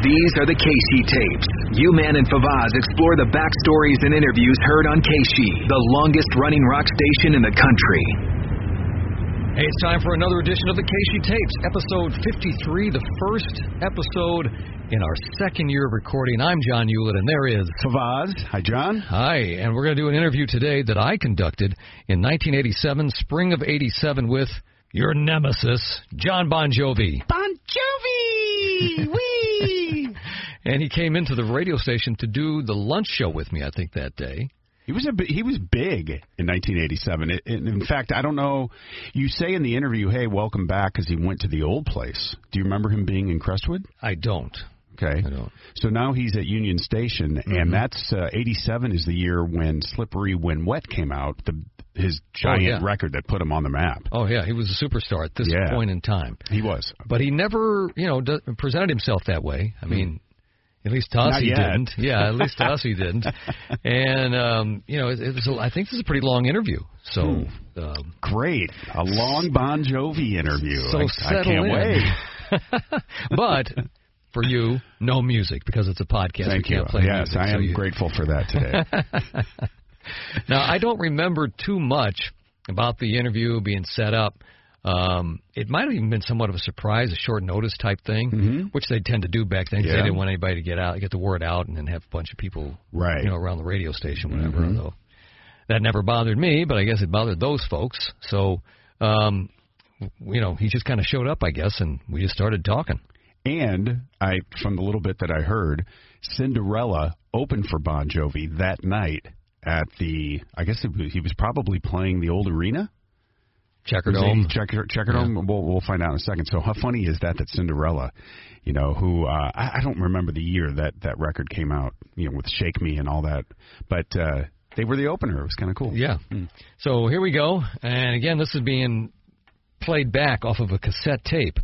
These are the Keishi tapes. Uman and Favaz explore the backstories and interviews heard on Keishi, the longest running rock station in the country. Hey, it's time for another edition of the Casey Tapes, episode 53, the first episode in our second year of recording. I'm John Hewlett, and there is. Favaz. Hi, John. Hi, and we're going to do an interview today that I conducted in 1987, spring of 87, with your nemesis, John Bon Jovi. Bon Jovi! Wee! And he came into the radio station to do the lunch show with me, I think, that day. He was a bi- he was big in 1987. It, it, in fact, I don't know. You say in the interview, "Hey, welcome back," because he went to the old place. Do you remember him being in Crestwood? I don't. Okay. I don't. Mm-hmm. So now he's at Union Station, and that's uh, 87 is the year when Slippery When Wet came out, the his giant Oh, yeah. record that put him on the map. Oh, yeah, he was a superstar at this Yeah. point in time. He was. But he never, you know, do, presented himself that way. I mean, at least to us Hmm. Not he yet. didn't. Yeah, at least to us he didn't. And um, you know, it, it was. A, I think this is a pretty long interview. So, Hmm. um, Great. A long Bon Jovi interview. so I, settle I can't in. wait. but for you, no music because it's a podcast. Thank we you. can't play yes, music, I so am you- grateful for that today. Now, I don't remember too much about the interview being set up. Um, it might have even been somewhat of a surprise, a short notice type thing, which they tend to do back then 'cause they Mm-hmm. Yeah. didn't want anybody to get out, get the word out, and then have a bunch of people, Right. Mm-hmm. you know, around the radio station, whatever. Though that never bothered me, but I guess it bothered those folks. So, um, w- you know, he just kind of showed up, I guess, and we just started talking. And I, from the little bit that I heard, Cinderella opened for Bon Jovi that night at the. I guess it was, he was probably playing the old arena. Checkerdome. Mercedes Checker, Checkerdome. We'll, we'll find out in a second. So how funny is that that Cinderella, you know, who uh, I, I don't remember the year that that record came out, you know, with Shake Me and all that, but uh, they were the opener. It was kind of cool. Yeah. So here we go. And again, this is being played back off of a cassette tape.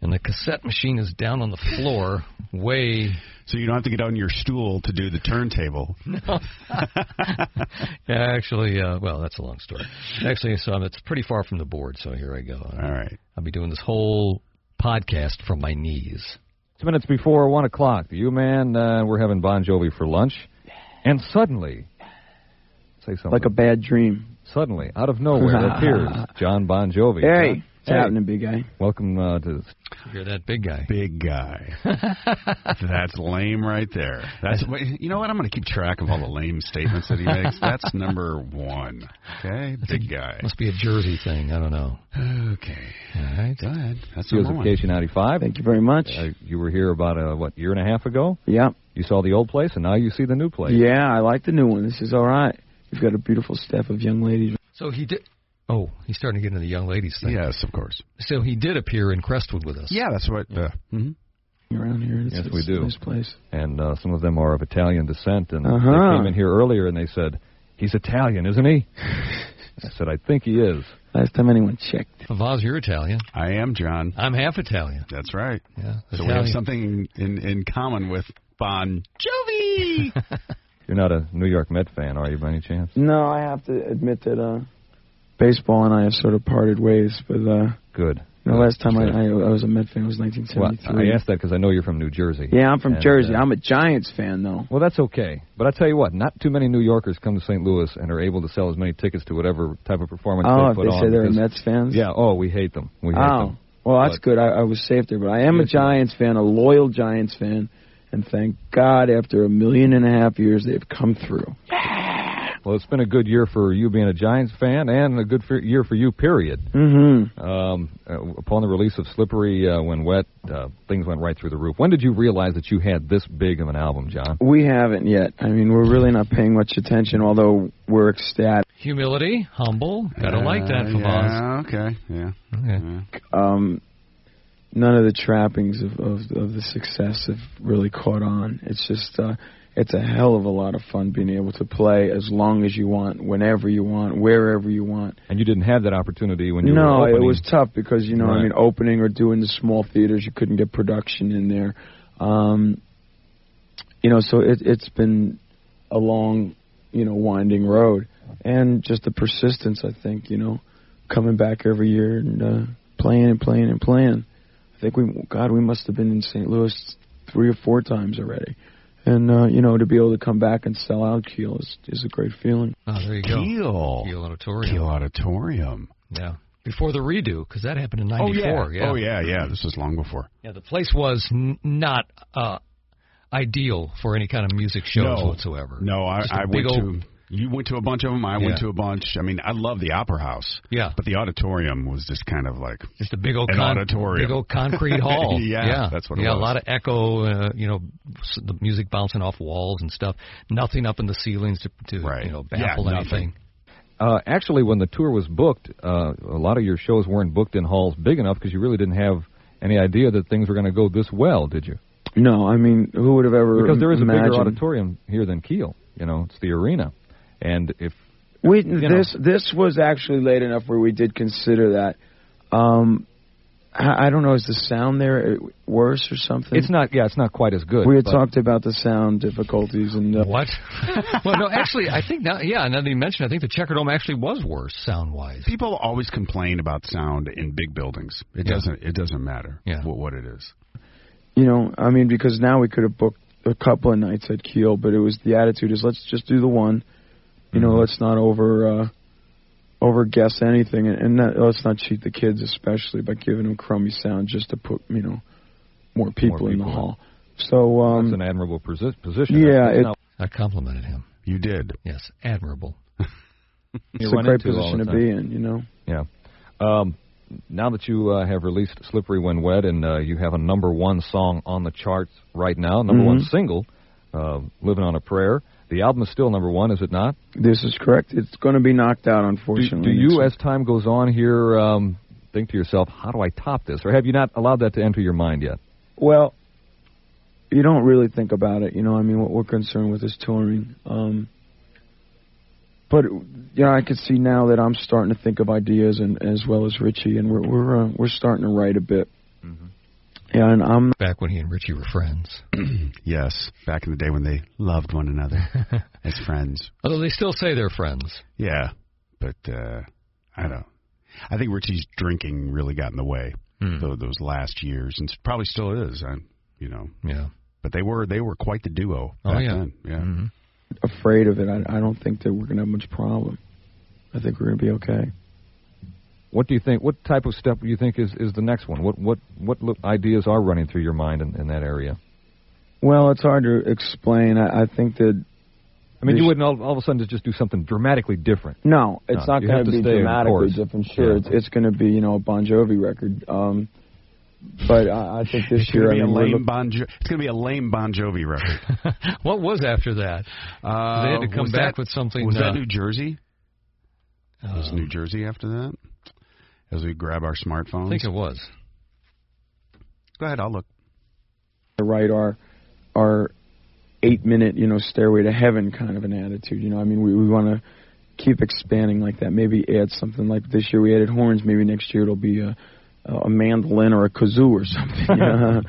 And the cassette machine is down on the floor, way. So you don't have to get on your stool to do the turntable. Actually, uh, well, that's a long story. Actually, so it's pretty far from the board, so here I go. All right. I'll be doing this whole podcast from my knees. It's minutes before one o'clock. The U-Man, uh, we're having Bon Jovi for lunch, and suddenly, say something. like a bad dream. suddenly, out of nowhere appears John Bon Jovi. Hey, what's John- hey, happening, big guy? welcome uh, to You hear that big guy? Big guy. That's lame right there. That's wait, you know what I'm going to keep track of all the lame statements that he makes. That's number one. Okay, big guy. Must be a Jersey thing. I don't know. Okay, All right. go ahead. That's number Joseph one. Casey 95. Thank you very much. Uh, you were here about uh, what year and a half ago. yeah, You saw the old place, and now you see the new place. yeah, I like the new one. This is all right. You've got a beautiful staff of young ladies. So he did. Oh, he's starting to get into the young ladies thing. Yes, of course. So he did appear in Crestwood with us. Yeah, that's what. Uh, mhm. Around here, it's, Yes, we it's do. A nice place. And uh, some of them are of Italian descent, and Uh-huh. they came in here earlier, and they said, "He's Italian, isn't he?" I said, "I think he is." Last time anyone checked, Favaz, you're Italian. I am John. I'm half Italian. That's right. Yeah. So we Italian. have something in in common with Bon Jovi. You're not a New York Met fan, are you, by any chance? no, I have to admit that uh, baseball and I have sort of parted ways. But uh, Good. the last time I, Good. I, I was a Met fan was Well, 1973. I asked that because I know you're from New Jersey. yeah, I'm from And, Jersey. uh, I'm a Giants fan though. well, that's okay. But I tell you what, not too many New Yorkers come to St. Louis and are able to sell as many tickets to whatever type of performance Oh, they if put they on. say they're because- Mets fans. Yeah. Oh, we hate them. We hate Oh, them. well, that's But- good. I, I was safe there, but I am a Yes, you are. Giants fan, a loyal Giants fan, and thank God after a million and a half years they've come through. Well, it's been a good year for you being a Giants fan, and a good for, year for you. Period. Mm-hmm. Um, uh, upon the release of Slippery uh, When Wet, uh, things went right through the roof. When did you realize that you had this big of an album, John? We haven't yet. I mean, we're really not paying much attention, although we're ecstatic. Humility, humble. Gotta like that, Uh, Favaz. yeah. Okay. Yeah. Okay. yeah. Um, none of the trappings of, of of the success have really caught on. It's just. Uh, it's a hell of a lot of fun being able to play as long as you want, whenever you want, wherever you want. And you didn't have that opportunity when you no, were opening. it was tough because you know, Right. I mean, opening or doing the small theaters, you couldn't get production in there. Um, you know, so it, it's been a long, you know, winding road, and just the persistence. I think you know, coming back every year and uh, playing and playing and playing. I think we, God, we must have been in St. Louis three or four times already. And uh, you know, to be able to come back and sell out Keel is, is a great feeling. Oh, there you go. Keel. Keel Auditorium. Keel Auditorium. Yeah. Before the redo, because that happened in Oh '94. yeah. Oh yeah. Yeah. This was long before. Yeah, the place was n- not uh, ideal for any kind of music shows no. whatsoever. No, I, Just a I big went old- to. You went to a bunch of them. I Yeah. went to a bunch. I mean, I love the Opera House. Yeah. But the auditorium was just kind of like just a big old an con- auditorium. big old concrete hall. Yeah, that's what it yeah, was. a lot of echo. Uh, you know, s- the music bouncing off walls and stuff. Nothing up in the ceilings to, to Right. you know Yeah, baffle nothing. anything. Uh, actually, when the tour was booked, uh, a lot of your shows weren't booked in halls big enough because you really didn't have any idea that things were going to go this well, did you? No, I mean, who would have ever Because there is a imagined? bigger auditorium here than Kiel. You know, it's the arena, and if We, you know. this this was actually late enough where we did consider that. Um, I, I don't know, is the sound there uh, worse or something? it's not, yeah, it's not quite as good. We had but- talked about the sound difficulties and uh, What? well, no, actually, I think now. Yeah, now that you mentioned, I think the Checker Dome actually was worse sound wise. people always complain about sound in big buildings. It doesn't. It doesn't matter Yeah. what, what it is. you know, I mean, because now we could have booked a couple of nights at Kiel, but it was the attitude is let's just do the one, you Mm-hmm. know, let's not over uh, over guess anything, and, and not, let's not cheat the kids, especially by giving them crummy sound just to put you know more people, in the people in. hall. So That's um, an admirable posi- position. yeah, That's it- not I complimented him. You did. Yes, admirable. what you it's a run great into all position the to time. be in, you know. Yeah. Um, now that you uh, have released "Slippery When Wet" and uh, you have a number one song on the charts right now, number one single, uh, "Living on a Prayer," the album is still number one, is it not? This is correct. It's going to be knocked out, Do, unfortunately. do you, next as time goes on here, um, think to yourself, "How do I top this?" Or have you not allowed that to enter your mind yet? Well, you don't really think about it, you know. I mean, what we're concerned with is touring. Um, but you know, I can see now that I'm starting to think of ideas, and as well as Richie, and we're we're uh, we're starting to write a bit. Mm-hmm. Yeah, and I'm Back when he and Richie were friends, Yes, back in the day when they loved one another as friends. although they still say they're friends. Yeah, but uh, I don't. I think Richie's drinking really got in the way Hmm. tho- those last years, and s- probably still is. I, you know, Yeah. but they were they were quite the duo. Oh, back yeah. then. yeah. afraid of it. I, I don't think that we're gonna have much problem. I think we're gonna be okay. What do you think? What type of step do you think is, is the next one? What what what lo- ideas are running through your mind in, in that area? Well, it's hard to explain. I, I think that I mean, They you sh- wouldn't all, all of a sudden just do something dramatically different. No, it's No, not you going have to to be stay, of dramatically course. different. Sure, Yeah. it's, it's going to be you know a Bon Jovi record. Um, but I, I think this It's year, gonna I be a mean, we're lame look- Bon. Jo- it's gonna be a lame Bon Jovi record. What was after that? Uh, They had to come was back that- with something, Was uh, that New Jersey? was Um, New Jersey after that? As we grab our smartphones, I think it was. go ahead. I'll look. to write our our eight minute you know Stairway to Heaven kind of an attitude. You know, I mean, we we want to keep expanding like that. Maybe add something like this year we added horns. Maybe next year it'll be a a mandolin or a kazoo or something. you know?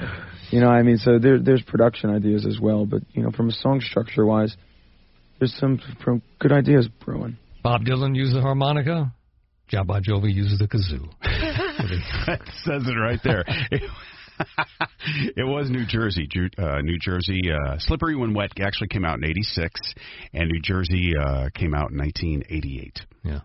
You know, I mean, so there, there's production ideas as well, but you know, from a song structure wise, there's some from good ideas brewing. Bob Dylan used the harmonica. John Bon Jovi uses the kazoo. that says it right there. It, was New Jersey. Ju- Uh, New Jersey, uh, Slippery When Wet actually came out in 86, and New Jersey uh, came out in 1988. Yeah.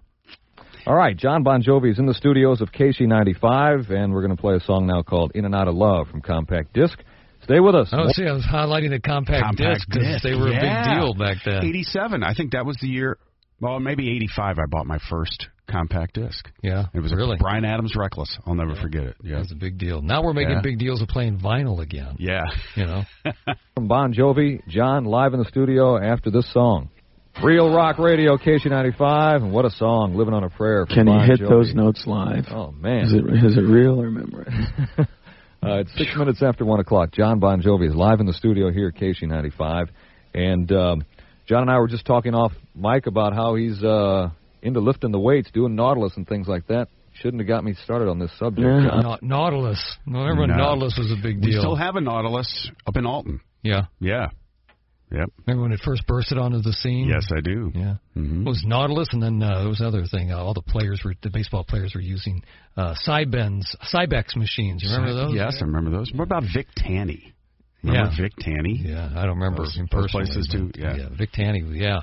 All right, John Bon Jovi is in the studios of KC95, and we're going to play a song now called "In and Out of Love" from Compact Disc. Stay with us. Oh, see, I was highlighting the compact, Compact disc because disc, they were yeah. a big deal back then. 87, I think that was the year, well, maybe 85, I bought my first compact disc. Yeah, It was really. a Brian Adams Reckless. I'll never forget it. It Yeah. was a big deal. Now we're making Yeah. big deals of playing vinyl again. Yeah. You know, from Bon Jovi, John live in the studio after this song. Real Rock Radio, KC95, and what a song, "Living on a Prayer." From Can Bon you hit Jovi. those notes live? Oh Is man, it is it real or memory? uh, it's six minutes after one o'clock. John Bon Jovi is live in the studio here at KC95, and um, John and I were just talking off mic about how he's uh, into lifting the weights, doing Nautilus and things like that. Shouldn't have got me started on this subject. Yeah. John. Nau- Nautilus. Remember, No. Nautilus was a big We deal. still have a Nautilus up in Alton. yeah. Yeah. Yep. Remember when it first bursted onto the scene? Yes, Mm-hmm. I do. Hmm. Yeah. It was Nautilus, and then uh, there was another thing. Uh, all the players were, the baseball players were using uh, Cyben's, Cybex machines. You remember those? Yes, I remember those. What about Vic Tanny? Remember Yeah. Vic Tanny? Yeah, I don't remember Those- him those personally. places but, too, yeah. Vic Tanney, yeah.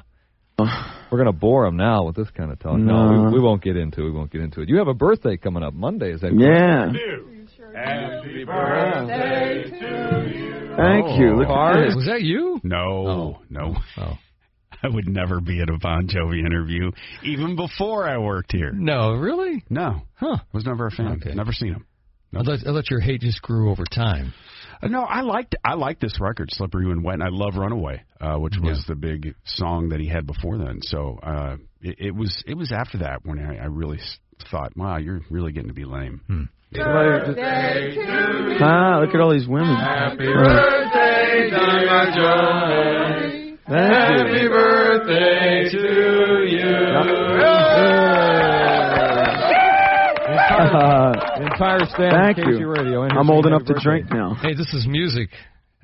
We're going to bore them now with this kind of talk. No. we, we won't get into it. We won't get into it. You have a birthday coming up Monday, is that correct? Yeah. Happy birthday. Thank you. Look at Cars. this. Was that you? No, no. Oh. I would never be at a Bon Jovi interview, even before I worked here. No, really? No, Hmm. Huh. was never a fan. Okay. Never seen him. I thought, I thought your hate just grew over time. Uh, No, I liked I liked this record, "Slippery When Wet," and I love "Runaway," uh, which was the big song that he had before then. So uh, it, it was it was after that when I, I really s- thought, "Wow, you're really getting to be lame." Hmm. Somebody just- Ah, look at all these women. Happy birthday, Happy birthday to you. The entire stand. Thank KC you. Radio. and I'm his old happy enough to birthday. drink now. Hey, this is music.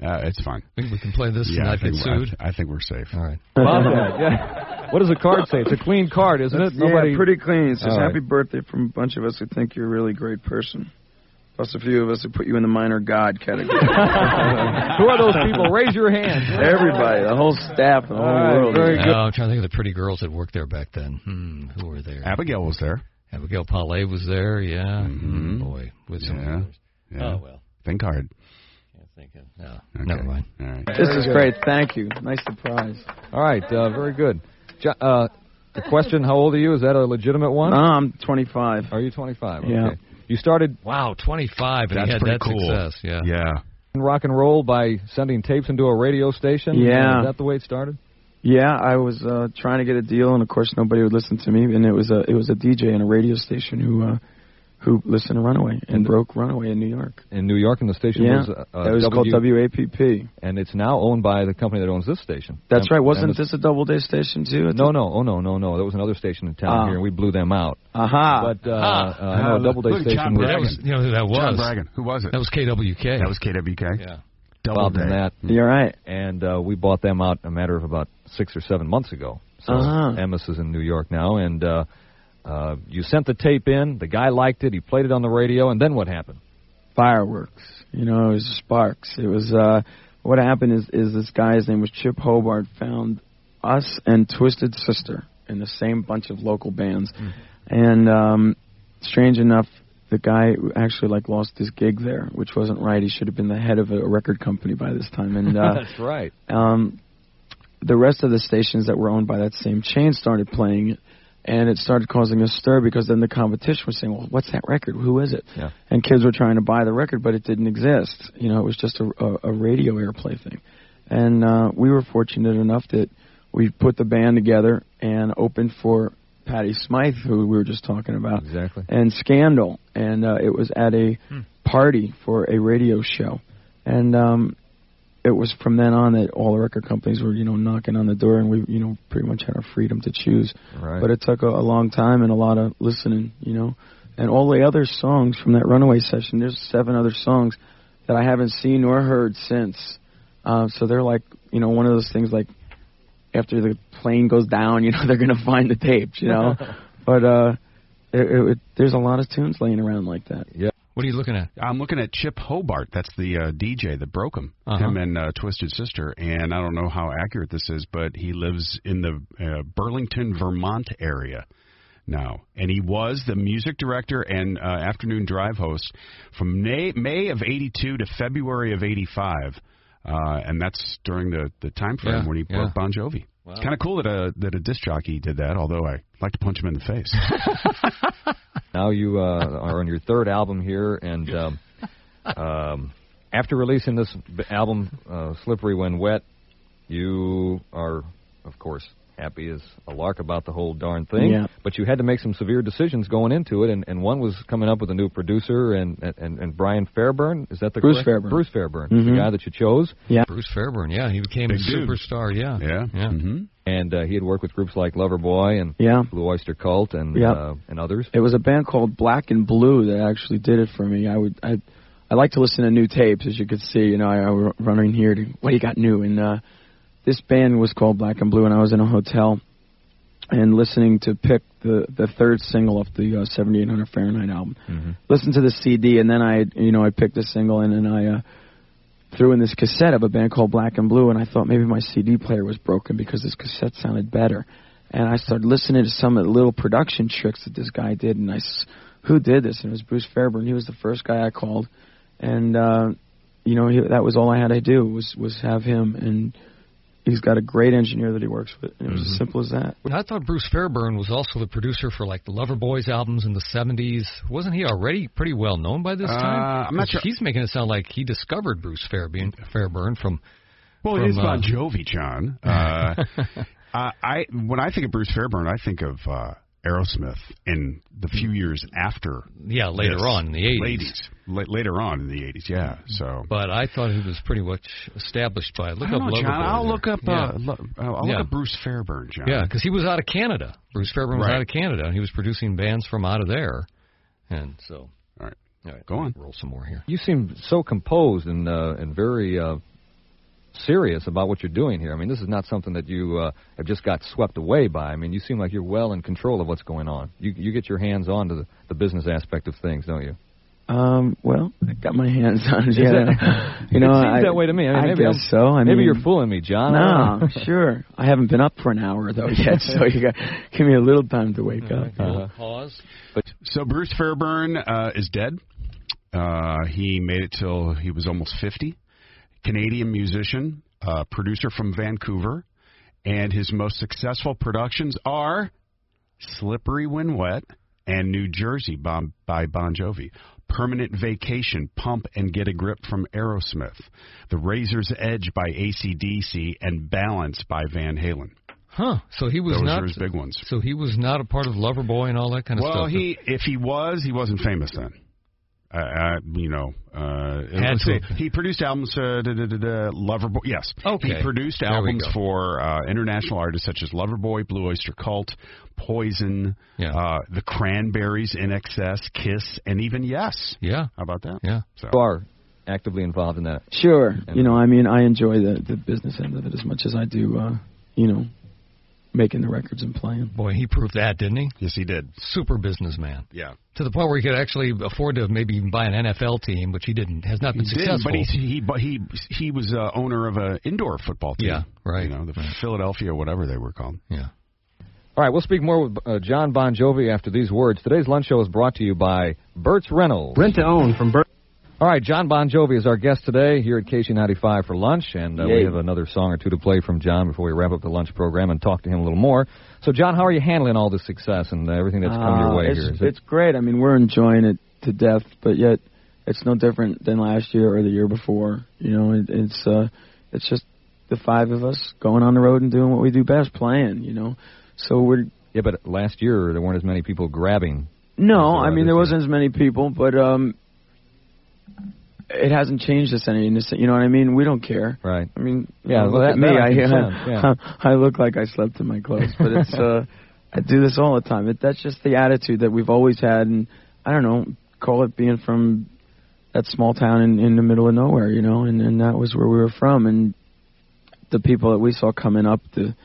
Uh, it's fine. We, we can play this and Yeah, I not get think, sued. I, I think we're safe. All right. Love that, yeah. What does the card say? It's a clean card, isn't it? yeah, pretty clean. It says All right. happy birthday from a bunch of us who think you're a really great person. Plus a few of us who put you in the minor god category. Who are those people? Raise your hand. Everybody, the whole staff, Oh, the whole All right, world. very No, good. I'm trying to think of the pretty girls that worked there back then. Hmm, who were there? Abigail was there. Abigail Palais was there, yeah. Mm, Boy, with some Mm-hmm. Yeah. others. Yeah. Oh, well. Think hard. Can't think of. No, Okay. never mind. All right. This is great. Thank you. Nice surprise. All right, uh, very good. Jo- uh, the question, how old are you? Is that a legitimate one? No, I'm 25. Are you 25? Uh-huh. Yeah. Okay. You started Wow, 25, and That's he had pretty that cool. success. Yeah. Yeah. rock and roll by sending tapes into a radio station? Yeah. Is that the way it started? Yeah, I was uh, trying to get a deal, and of course nobody would listen to me. And it was a it was a DJ in a radio station who uh, who listened to Runaway and broke Runaway in New York. In New York, and the station Yeah, was, uh, uh, that was called WAPP. and it's now owned by the company that owns this station. That's And- right. and Wasn't it's- this a double day station too? No, no, oh no, no, no. There was another station in town Ah. here, and we blew them out. Aha. But uh, uh, I know Ah, a double day look at station John was That was, you know, who that John was. Bragan. Who was it? That was KWK. that was KWK. Yeah. Double involved day. in that, You're right. and uh, we bought them out a matter of about six or seven months ago. So Uh-huh. Emmis is in New York now, and uh, uh, you sent the tape in. The guy liked it. He played it on the radio, and then what happened? Fireworks. You know, it was sparks. It was uh, what happened is is this guy. His name was Chip Hobart. Found us and Twisted Sister in the same bunch of local bands, and um, strange enough, the guy actually like lost his gig there, which wasn't right. He should have been the head of a record company by this time, and uh, That's right. um, the rest of the stations that were owned by that same chain started playing it, and it started causing a stir because then the competition was saying, "Well, what's that record? Who is it?" Yeah. And kids were trying to buy the record, but it didn't exist. You know, it was just a, a, a radio airplay thing. And uh, we were fortunate enough that we put the band together and opened for Patty Smythe, who we were just talking about Exactly. and Scandal, and uh, it was at a party for a radio show, and um, it was from then on that all the record companies were you know knocking on the door, and we you know pretty much had our freedom to choose. Right. But it took a, a long time and a lot of listening, you know, and all the other songs from that Runaway session. There's seven other songs that I haven't seen or heard since. Uh, so they're like you know one of those things like after the plane goes down, you know they're gonna find the tapes, you know. but uh, it, it, it, there's a lot of tunes laying around like that. What are you looking at? I'm looking at Chip Hobart. That's the uh, DJ that broke him, Uh-huh. him and uh, Twisted Sister. And I don't know how accurate this is, but he lives in the uh, Burlington, Vermont area now, and he was the music director and uh, afternoon drive host from May, May of '82 to February of '85. Uh, and that's during the the time frame Yeah, when he yeah. broke Bon Jovi. It's kind of cool that a that a disc jockey did that. Although I like to punch him in the face. Now you uh, are on your third album here, and um, um, after releasing this b- album, uh, "Slippery When Wet," you are, of course, happy as a lark about the whole darn thing. Yeah. But you had to make some severe decisions going into it, and, and one was coming up with a new producer, and and, and Brian Fairburn. Is that the Bruce correct? Fairburn. Bruce Fairburn, Mhm. the guy that you chose, Bruce Fairburn, yeah. He became a Big dude. superstar, yeah. yeah, Yeah. hmm and uh, he had worked with groups like Loverboy and Yeah. Blue Oyster Cult and Yeah. uh, and others. It was a band called Black and Blue that actually did it for me. I would I I like to listen to new tapes, as you could see. You know, I, I was running here to what do you got new, and uh, this band was called Black and Blue, and I was in a hotel and listening to pick the the third single off the uh, 7800 Fahrenheit album. Listened to the CD, and then I you know I picked a single, and then I uh, threw in this cassette of a band called Black and Blue, and I thought maybe my CD player was broken because this cassette sounded better. And I started listening to some of the little production tricks that this guy did, and I, s- who did this? And it was Bruce Fairburn. He was the first guy I called, and uh, you know he, that was all I had to do was was have him, and he's got a great engineer that he works with, and it was Mm-hmm. as simple as that. I thought Bruce Fairburn was also the producer for like the Loverboys albums in the '70s. Wasn't he already pretty well known by this Uh, time? I'm not 'Cause sure. He's making it sound like he discovered Bruce Fairburn, Fairburn from Well, it from, is uh, Bon Jovi, John. Uh, uh, I when I think of Bruce Fairburn, I think of uh, Aerosmith and the few years after. yeah later this. on in the Mm-hmm. '80s. Ladies. La- later on in the eighties, yeah. So But I thought he was pretty much established by look I don't up know, John. Loverboy I'll there. look up. Yeah. Uh, lo- uh, I'll Yeah. look up Bruce Fairburn, John. Yeah, because he was out of Canada. Bruce Fairburn was Right. out of Canada, and he was producing bands from out of there. And so, All right. all right, Go on. roll some more here. You seem so composed and uh, and very uh, serious about what you're doing here. I mean, this is not something that you uh, have just got swept away by. I mean, you seem like you're well in control of what's going on. You you get your hands on to the, the business aspect of things, don't you? Um, well, I got my hands on it. Yeah, that- you know, it seems I, that way to me. I, mean, maybe guess I'm- so. I maybe mean, you're fooling me, John. I No, don't know. sure. I haven't been up for an hour though yet, so you got give me a little time to wake up. We'll Uh-huh. pause. So Bruce Fairburn uh, is dead. Uh, he made it till he was almost 50. Canadian musician, uh, producer from Vancouver, and his most successful productions are "Slippery When Wet" and "New Jersey" by, by Bon Jovi. Permanent Vacation, Pump and Get a Grip from Aerosmith, The Razor's Edge by ACDC, and Balance by Van Halen. Huh? So he was Those not. are his big ones. So he was not a part of Loverboy and all that kind of Well, stuff. he if he was, he wasn't famous then. Uh, uh, you know, uh, Had let's to see. he produced albums. Uh, da, da, da, da, Loverboy, yes. Okay. He produced There we albums go. for uh, international artists such as Loverboy, Blue Oyster Cult, Poison, Yeah. uh, the Cranberries, In Excess, Kiss, and even Yes. Yeah. How about that? Yeah. So, You are actively involved in that. Sure. You know, I mean, I enjoy the the business end of it as much as I do, uh, you know, making the records and playing. Boy, he proved that, didn't he? yes, he did. Super businessman Yeah. to the point where he could actually afford to maybe even buy an NFL team, which he didn't. Has not been He did, successful. but he's, he but he he was uh, owner of a indoor football team. Yeah, right, You know, the right. Philadelphia, whatever they were called. yeah. All right, we'll speak more with uh, John Bon Jovi after these words. Today's lunch show is brought to you by Burt's Reynolds. Rent to own from Bert. All right, John Bon Jovi is our guest today here at KC95 for lunch, and uh, we Yay. have another song or two to play from John before we wrap up the lunch program and talk to him a little more. So, John, how are you handling all this success and uh, everything that's come your Uh, way it's, here? Is it- It's great. I mean, we're enjoying it to death, but yet it's no different than last year or the year before. You know, it, it's uh, it's just the five of us going on the road and doing what we do best, playing. You know, so we're yeah, but last year there weren't as many people grabbing. No, Is I mean there other there thing- wasn't as many people, but um, it hasn't changed us any. in this- You know what I mean? We don't care. Right. I mean, Yeah, you know, well, look that- at me. that I I, can I, sense, yeah. I look like I slept in my clothes, but it's uh, I do this all the time. It, that's just the attitude that we've always had, and I don't know, call it being from that small town in, in the middle of nowhere, you know, and and that was where we were from, and the people that we saw coming up, the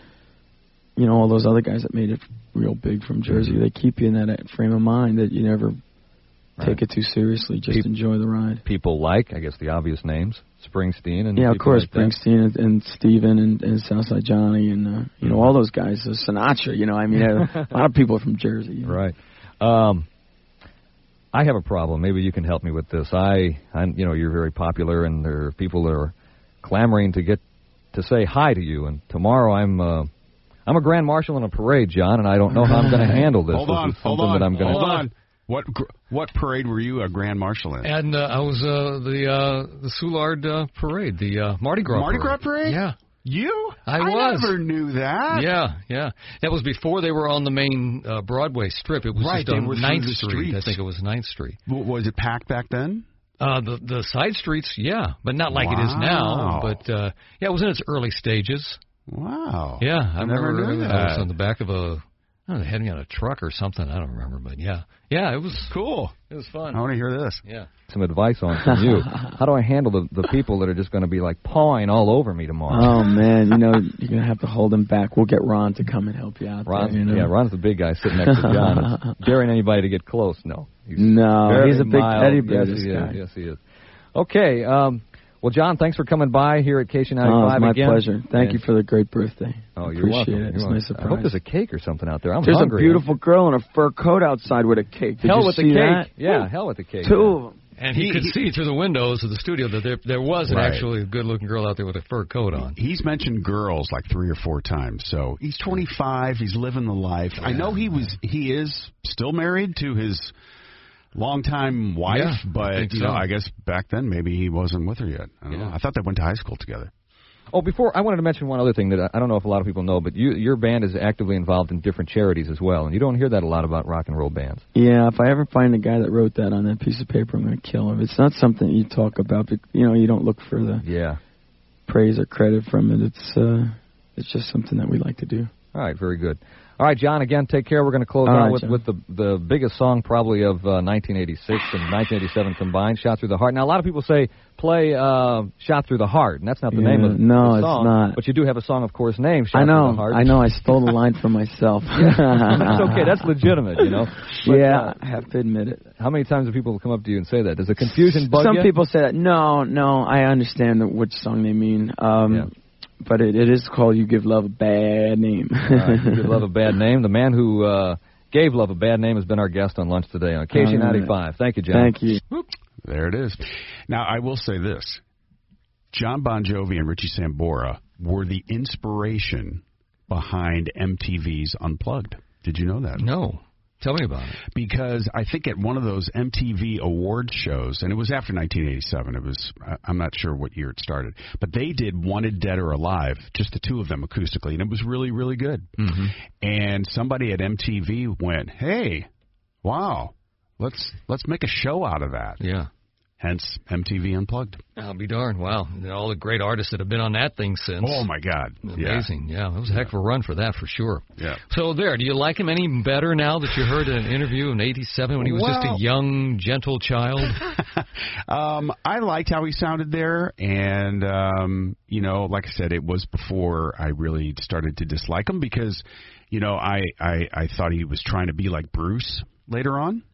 you know all those other guys that made it real big from Jersey, Mm-hmm. they keep you in that frame of mind that you never take it too seriously. Just Peop- enjoy the ride. People like, I guess, the obvious names, Springsteen and Yeah, of people course, like that. Springsteen and, and Steven and, and Southside Johnny and uh, you know all Mm-hmm. those guys. Uh, Sinatra, you know, I mean, uh, a lot of people from Jersey. you know. Right. Um, I have a problem. Maybe you can help me with this. I, I'm, you know, you're very popular, and there are people that are clamoring to get to say hi to you. And tomorrow, I'm, uh, I'm a grand marshal in a parade, John, and I don't know how I'm going to handle this. hold this on, is hold something on, that I'm gonna- hold on. What gr- what parade were you a grand marshal in? And uh, I was uh, the uh, the Soulard uh, parade, the uh, Mardi Gras Mardi Gras parade. parade? Ah. Yeah. You? I was. never knew that. Yeah, yeah. That was before they were on the main uh, Broadway strip. It was Right, just they on were through Ninth the Street. I streets. think it was Ninth Street. W- was it packed back then? Uh, the the side streets, yeah, but not like it is now. Wow. But uh, yeah, it was in its early stages. Wow. Yeah, I never remember knew I that. was on the back of a. I don't know, they had me on a truck or something. I don't remember, but yeah, yeah, it was Cool. it was fun. I want to hear this. Yeah, Some advice on from you. How do I handle the, the people that are just going to be like pawing all over me tomorrow? Oh man, you know you're gonna have to hold them back. We'll get Ron to come and help you out. Ron's, there, you know? yeah, Ron's the big guy sitting next to John. It's daring anybody to get close? No. He's No, Very he's a big mild. teddy bear. Yes, this he guy. is. Yes, he is. Okay. Um, Well, John, thanks for coming by here at KC95 Oh, it's my again. pleasure. Thank And- you for the great birthday. Oh, you're Appreciate welcome. it. It's You're welcome. nice surprise. I hope there's a cake or something out there. I'm There's hungry. a beautiful girl in a fur coat outside with a cake. Did hell you with the see cake. that? Yeah, hell with the cake. Two man. of them. And he, could see through the windows of the studio that there there was an Right. actually good-looking girl out there with a fur coat on. He's mentioned girls like three or four times. So he's 25. He's living the life. I know he was. He is still married to his longtime wife, Yeah, I but think you know, so. I guess back then maybe he wasn't with her yet. I don't know. Yeah. I thought they went to high school together. Oh, before I wanted to mention one other thing that I- I don't know if a lot of people know, but you, your band is actively involved in different charities as well, and you don't hear that a lot about rock and roll bands. Yeah, if I ever find the guy that wrote that on that piece of paper, I'm gonna kill him. It's not something you talk about. But, you know, you don't look for the Yeah. praise or credit from it. It's uh, it's just something that we like to do. All right, very good. All right, John. Again, take care. We're going to close All out right, with, John. with the the biggest song probably of uh, 1986 and 1987 combined, "Shot Through the Heart." Now, a lot of people say play uh, "Shot Through the Heart," and that's not the Yeah, name of no, the it's song. not. But you do have a song, of course, named "Shot I Through the know. Heart." I know. I stole the line from myself. that's okay. That's legitimate, you know. But, yeah, uh, I have to admit it. how many times do people come up to you and say that? Does the confusion bug Some you? people say that. No, no, I understand that which song they mean. Um, Yeah. But it, it is called "You Give Love a Bad Name." Uh, you give love a bad name. The man who uh, gave love a bad name has been our guest on lunch today on KC95. Thank you, John. Thank you. There it is. Now I will say this: John Bon Jovi and Richie Sambora were the inspiration behind MTV's Unplugged. Did you know that? No, tell me about it. because I think at one of those MTV award shows, and it was after 1987. It was I- I'm not sure what year it started, but they did "Wanted Dead or Alive," just the two of them acoustically, and it was really really good. Mm-hmm. And somebody at MTV went, "Hey, wow, let's let's make a show out of that." Yeah. Hence MTV Unplugged. I'll be darned. Wow. And all the great artists that have been on that thing since. Oh my God, Yeah. Amazing. Yeah. That was a heck of a run for that for sure. Yeah. So there, do you like him any better now that you heard in an interview in 87 when he was just Well- a young, gentle child? Um, I liked how he sounded there, and um, you know, like I said, it was before I really started to dislike him because, you know, I I, I thought he was trying to be like Bruce later on.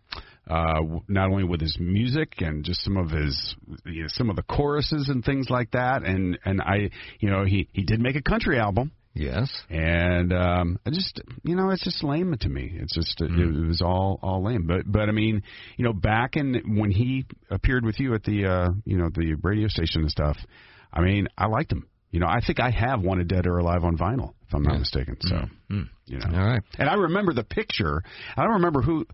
Uh, w- not only with his music and just some of his, you know, some of the choruses and things like that, and and I, you know, he he did make a country album, yes. and um I just you know it's just lame to me it's just Mm-hmm. it, it was all all lame but but I mean you know back in when he appeared with you at the uh you know the radio station and stuff I mean I liked him you know I think I have wanted dead or alive on vinyl if I'm not mistaken so you know Mm-hmm. Mm. All right. and I remember the picture I don't remember who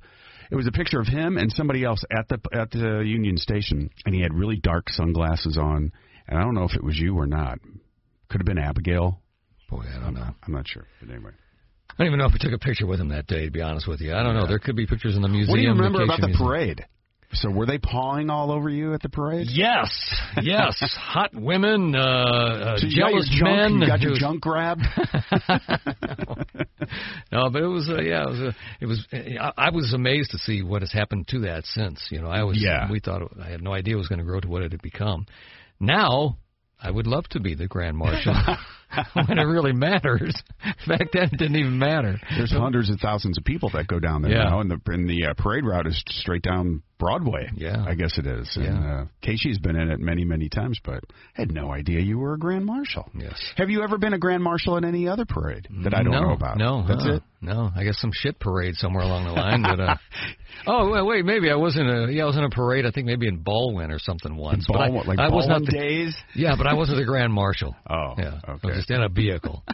it was a picture of him and somebody else at the at the Union Station and he had really dark sunglasses on and I don't know if it was you or not could have been Abigail Boy, I don't know. I'm not sure but anyway I don't even know if we took a picture with him that day, to be honest with you. I don't know. There could be pictures in the museum. What do you remember Acacia about the Museum. parade? So were they pawing all over you at the parade? Yes, yes. Hot women, uh, uh, So you jealous got your junk, men. You got It your was- junk grabbed. No, but it was uh, yeah, it was uh, it was. Uh, I, I was amazed to see what has happened to that since. You know, I was Yeah. We thought it, I had no idea it was going to grow to what it had become. Now I would love to be the grand marshal when it really matters. Back then, it didn't even matter. There's hundreds of thousands of people that go down there Yeah. now, and the and the uh, parade route is straight down Broadway. Yeah. I guess it is. And, Yeah. uh, Casey's been in it many, many times, but I had no idea you were a grand marshal. Yes. Have you ever been a grand marshal at any other parade that I don't no, know about? No, that's uh-uh. it. No, I guess some shit parade somewhere along the line. But uh, oh wait, wait, maybe I was in a yeah, I was in a parade. I think maybe in Baldwin or something once. but I, Ball- like I was not Ballin the, days. Yeah, but I wasn't the grand marshal. Oh, yeah, I okay. was just in a vehicle.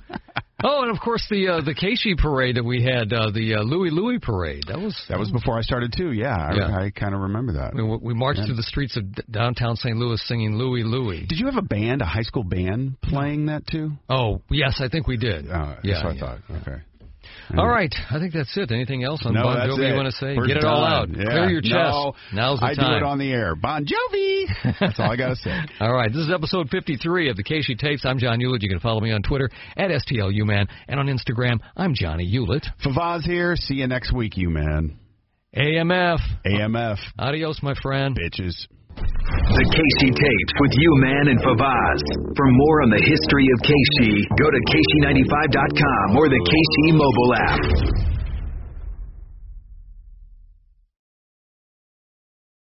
oh, and of course the uh, the Keishi parade that we had, uh, the uh, Louis Louis parade. That was That was before I started too. Yeah, I, Yeah. I kind of remember that. we, we marched through the streets of d- downtown St. Louis singing Louis Louis. Did you have a band, a high school band, playing that too? Oh, yes, I think we did. Uh, yeah, that's yeah. what I thought. Okay. All right, I think that's it. Anything else on No, Bon that's Jovi it. you want to say? We're Get it all done. out. Yeah. Clear your chest. No, Now's the I time. do it on the air. Bon Jovi. That's all I gotta say. all right, this is episode 53 of the Casey Tapes. I'm John Hewlett. You can follow me on Twitter at STLUman and on Instagram, I'm Johnny Hewlett. Favaz here. See you next week, you man. AMF. AMF Adios, my friend. bitches. The Casey Tapes with You Man and Favaz. For more on the history of Casey, go to KC95.com or the KC mobile app.